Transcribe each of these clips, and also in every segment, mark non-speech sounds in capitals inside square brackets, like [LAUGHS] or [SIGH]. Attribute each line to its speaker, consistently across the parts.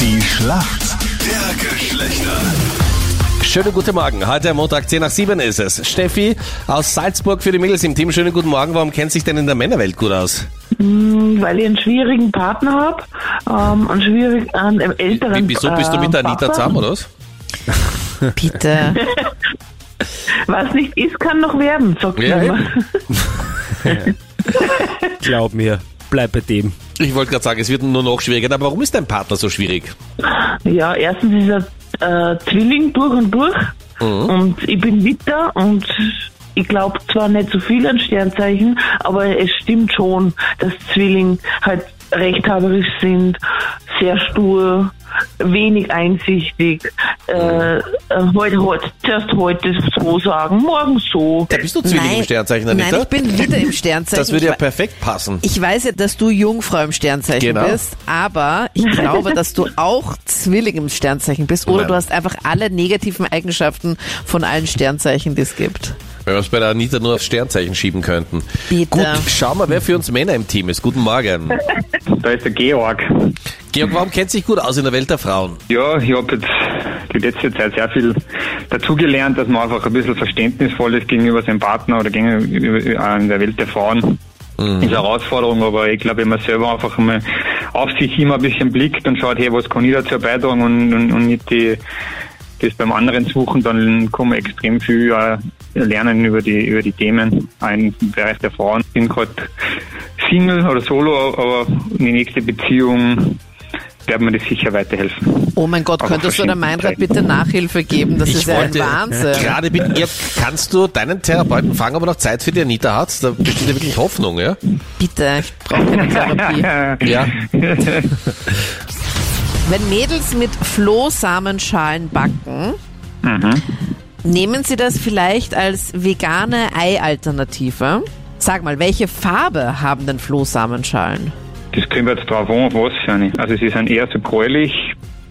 Speaker 1: Die Schlacht der Geschlechter.
Speaker 2: Schönen guten Morgen. Heute am Montag 10 nach 7 ist es. Steffi aus Salzburg für die Mädels im Team. Schönen guten Morgen. Warum kennt sich denn in der Männerwelt gut aus?
Speaker 3: Weil ich einen schwierigen Partner habe, ähm, einen, schwierig, einen ähm, älteren
Speaker 2: Wie- Wieso bist du mit der
Speaker 3: äh,
Speaker 2: Anita
Speaker 3: Papa.
Speaker 2: zusammen, oder was?
Speaker 4: Bitte.
Speaker 3: Was nicht ist, kann noch werden, sagt
Speaker 2: Ja,
Speaker 3: man. immer.
Speaker 5: Glaub mir, bleib bei dem.
Speaker 2: Ich wollte gerade sagen, es wird nur noch schwieriger. Aber warum ist dein Partner so schwierig?
Speaker 3: [LAUGHS] Ja, erstens ist er äh, Zwilling durch und durch
Speaker 2: Mhm.
Speaker 3: und ich bin Witter und ich glaube zwar nicht so viel an Sternzeichen, aber es stimmt schon, dass Zwilling halt rechthaberisch sind, sehr stur, wenig einsichtig, äh,
Speaker 2: Mhm.
Speaker 3: äh, heute, heute, zuerst heute so sagen, morgen so.
Speaker 2: Da bist du [LAUGHS] Zwilling im Sternzeichen, Anita.
Speaker 4: Nein, ich bin wieder im Sternzeichen.
Speaker 2: das würde ja
Speaker 4: Ich wei-
Speaker 2: perfekt passen.
Speaker 4: ich weiß ja, dass du Jungfrau im Sternzeichen
Speaker 2: Genau.
Speaker 4: bist, aber ich glaube, dass du auch Zwilling im Sternzeichen bist oder
Speaker 2: Nein.
Speaker 4: du hast einfach alle negativen Eigenschaften von allen Sternzeichen, die es gibt.
Speaker 2: Wenn wir es bei der Anita nur aufs Sternzeichen schieben könnten.
Speaker 4: Bitte.
Speaker 2: Gut, schauen wir, wer für uns Männer im Team ist. Guten Morgen.
Speaker 6: Da ist der Georg.
Speaker 2: Georg, warum kennt sich gut aus in der Welt der Frauen?
Speaker 6: Ja, ich habe jetzt die letzte Zeit sehr viel dazugelernt, dass man einfach ein bisschen verständnisvoll ist gegenüber seinem Partner oder gegenüber äh, in der Welt der Frauen. Ist eine Herausforderung, aber ich glaube, wenn man selber einfach mal auf sich immer ein bisschen blickt und schaut, hey, was kann ich dazu beitragen und, und, und nicht die, das beim anderen suchen, dann kann man extrem viel äh, lernen über die, über die Themen. Ein Bereich der Frauen sind gerade Single oder Solo, aber in die nächste Beziehung werden mir das sicher weiterhelfen.
Speaker 4: Oh mein Gott,
Speaker 6: Aber
Speaker 4: könntest du der
Speaker 6: verschiedene
Speaker 4: Meinrad
Speaker 6: Zeiten.
Speaker 4: bitte Nachhilfe geben? Das ist ja ein Wahnsinn.
Speaker 2: gerade bitten, Georg, kannst du deinen Therapeuten fragen, ob er noch Zeit für die Anita hat? Da besteht ja wirklich Hoffnung, ja?
Speaker 4: Bitte, ich brauche keine
Speaker 2: [LAUGHS]
Speaker 4: Therapie.
Speaker 2: Ja.
Speaker 4: Wenn Mädels mit Flohsamenschalen backen, nehmen sie das vielleicht als vegane Ei-Alternative? Sag mal, welche Farbe haben denn Flohsamenschalen?
Speaker 6: Das kommt jetzt drauf an, auf was für eine. Also sie sind eher so gräulich,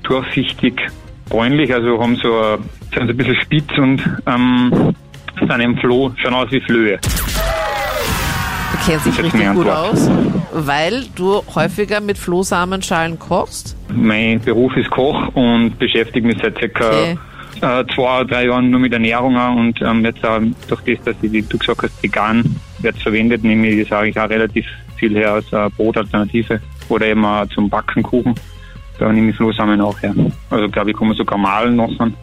Speaker 6: durchsichtig, bräunlich, also haben so ein, sind so ein bisschen spitz und ähm, sind im Floh, schauen aus wie Flöhe.
Speaker 4: Du kennst dich
Speaker 6: Jetzt
Speaker 4: richtig
Speaker 6: meine
Speaker 4: gut
Speaker 6: Antwort.
Speaker 4: aus, weil du häufiger mit Flohsamenschalen kochst.
Speaker 6: Mein Beruf ist Koch und beschäftige mich seit circa
Speaker 4: Okay.
Speaker 6: äh, zwei, drei Jahren nur mit Ernährung auch und ähm, jetzt auch durch das, dass ich, wie du gesagt hast, vegan wird verwendet, nehme ich das eigentlich auch relativ viel her als äh, Brotalternative oder eben auch zum Backen Kuchen. Da nehme ich Flohsamen auch her. Also glaube ich, kann man sogar malen lassen.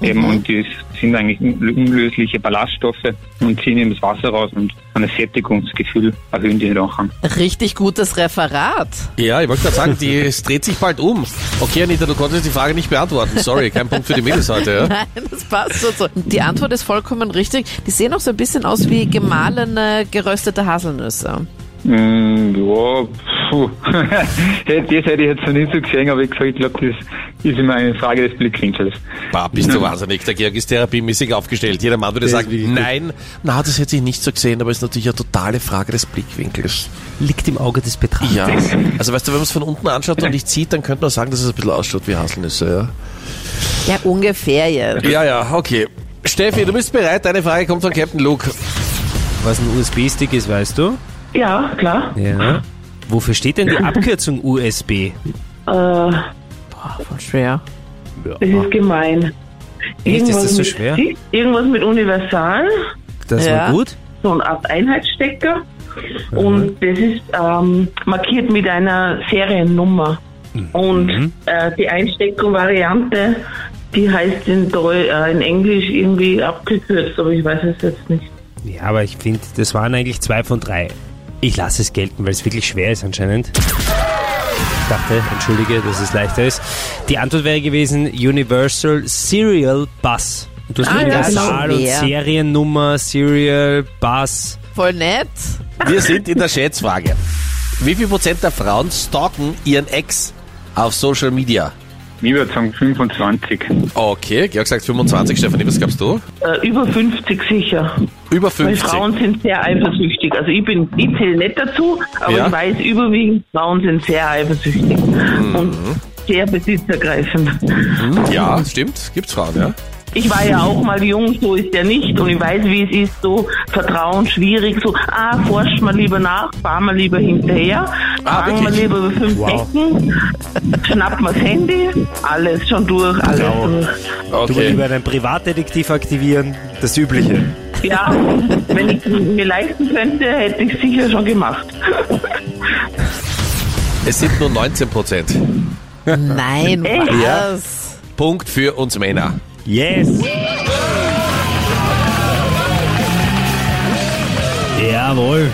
Speaker 6: Eben, und die sind eigentlich un- unlösliche Ballaststoffe und ziehen eben das Wasser raus und ein Sättigungsgefühl erhöhen die halt auch an.
Speaker 4: Richtig gutes Referat.
Speaker 2: Ja, ich wollte gerade sagen, die, es dreht sich bald um. Okay, Anita, du konntest die Frage nicht beantworten. Sorry, kein Punkt für die Mädels heute, ja?
Speaker 4: Nein, das passt schon so. Die Antwort ist vollkommen richtig. Die sehen auch so ein bisschen aus wie gemahlene, geröstete Haselnüsse.
Speaker 6: Mm, ja, puh. [LAUGHS] Hätte- das hätte ich jetzt noch nicht so gesehen, aber ich gesagt, ich glaube, das ist immer eine Frage des Blickwinkels.
Speaker 2: Bah, bist du wahnsinnig. Der Georg ist therapiemäßig aufgestellt. Jeder Mann würde
Speaker 5: Der ist wirklich
Speaker 2: sagen,
Speaker 5: gut.
Speaker 2: nein, na, das hätte ich nicht so gesehen, aber ist natürlich eine totale Frage des Blickwinkels.
Speaker 5: Liegt im Auge des Betrachters.
Speaker 2: Ja. Also weißt du, wenn man es von unten anschaut und nicht sieht, dann könnte man sagen, dass es ein bisschen ausschaut wie Haselnüsse,
Speaker 4: Ja, ungefähr jetzt.
Speaker 2: ja? Ja, ja, okay. Steffi, du bist bereit. Deine Frage kommt von Captain Luke.
Speaker 5: Was ein USB-Stick ist, weißt du?
Speaker 3: Ja, klar.
Speaker 5: Ja. Wofür steht [LAUGHS] denn die Abkürzung USB?
Speaker 3: Äh,
Speaker 4: Voll schwer.
Speaker 3: das ist gemein.
Speaker 5: Echt, ist das so
Speaker 3: mit
Speaker 5: schwer?
Speaker 3: Stick, irgendwas mit Universal,
Speaker 5: Das
Speaker 4: Ja.
Speaker 5: war gut.
Speaker 3: so eine Art Einheitsstecker.
Speaker 5: Mhm.
Speaker 3: Und das ist ähm, markiert mit einer Seriennummer.
Speaker 5: Mhm.
Speaker 3: Und äh, die Einsteckung-Variante, die heißt in, Deu äh, in Englisch irgendwie abgekürzt, aber ich weiß es jetzt nicht.
Speaker 5: Ja, aber ich finde, das waren eigentlich zwei von drei. Ich lasse es gelten, weil es wirklich schwer ist anscheinend. Ich dachte, entschuldige, dass es leichter ist. Die Antwort wäre gewesen Universal Serial Bus. Und Du hast
Speaker 4: Ah, ja,
Speaker 5: Universal
Speaker 4: genau.
Speaker 5: und
Speaker 4: Schwer.
Speaker 5: Seriennummer, Serial Bus.
Speaker 4: Voll nett.
Speaker 2: Wir sind in der Schätzfrage. Wie viel Prozent der Frauen stalken ihren Ex auf Social Media?
Speaker 6: Ich würde sagen 25.
Speaker 2: Okay, Georg sagt 25. Stefanie, was glaubst du?
Speaker 3: Äh, über 50 sicher.
Speaker 2: Über
Speaker 3: Weil
Speaker 2: 50.
Speaker 3: Frauen sind sehr eifersüchtig. Also ich bin, ich zähle nicht dazu, aber
Speaker 2: Ja.
Speaker 3: ich weiß, überwiegend Frauen sind sehr eifersüchtig
Speaker 2: Mhm.
Speaker 3: und sehr besitzergreifend.
Speaker 2: Ja, stimmt. Gibt's Frauen, ja?
Speaker 3: Ich war ja auch mal jung, so ist ja nicht. Und ich weiß, wie es ist, so Vertrauen schwierig, so, ah, forsch mal lieber nach, fahr mal lieber hinterher,
Speaker 2: Ah,
Speaker 3: fang mal
Speaker 2: wirklich?
Speaker 3: lieber über fünf
Speaker 5: Wow.
Speaker 3: Ecken, schnapp mal das Handy, alles schon durch, alles
Speaker 7: Genau.
Speaker 3: durch.
Speaker 5: Du willst
Speaker 7: Okay.
Speaker 5: lieber einen Privatdetektiv aktivieren.
Speaker 7: Das Übliche.
Speaker 3: Ja, wenn ich mir leisten könnte, hätte ich sicher schon gemacht.
Speaker 2: Es sind nur 19 Prozent.
Speaker 4: Nein,
Speaker 7: Ja.
Speaker 4: was?
Speaker 2: Punkt für uns Männer.
Speaker 5: Yes! Jawohl.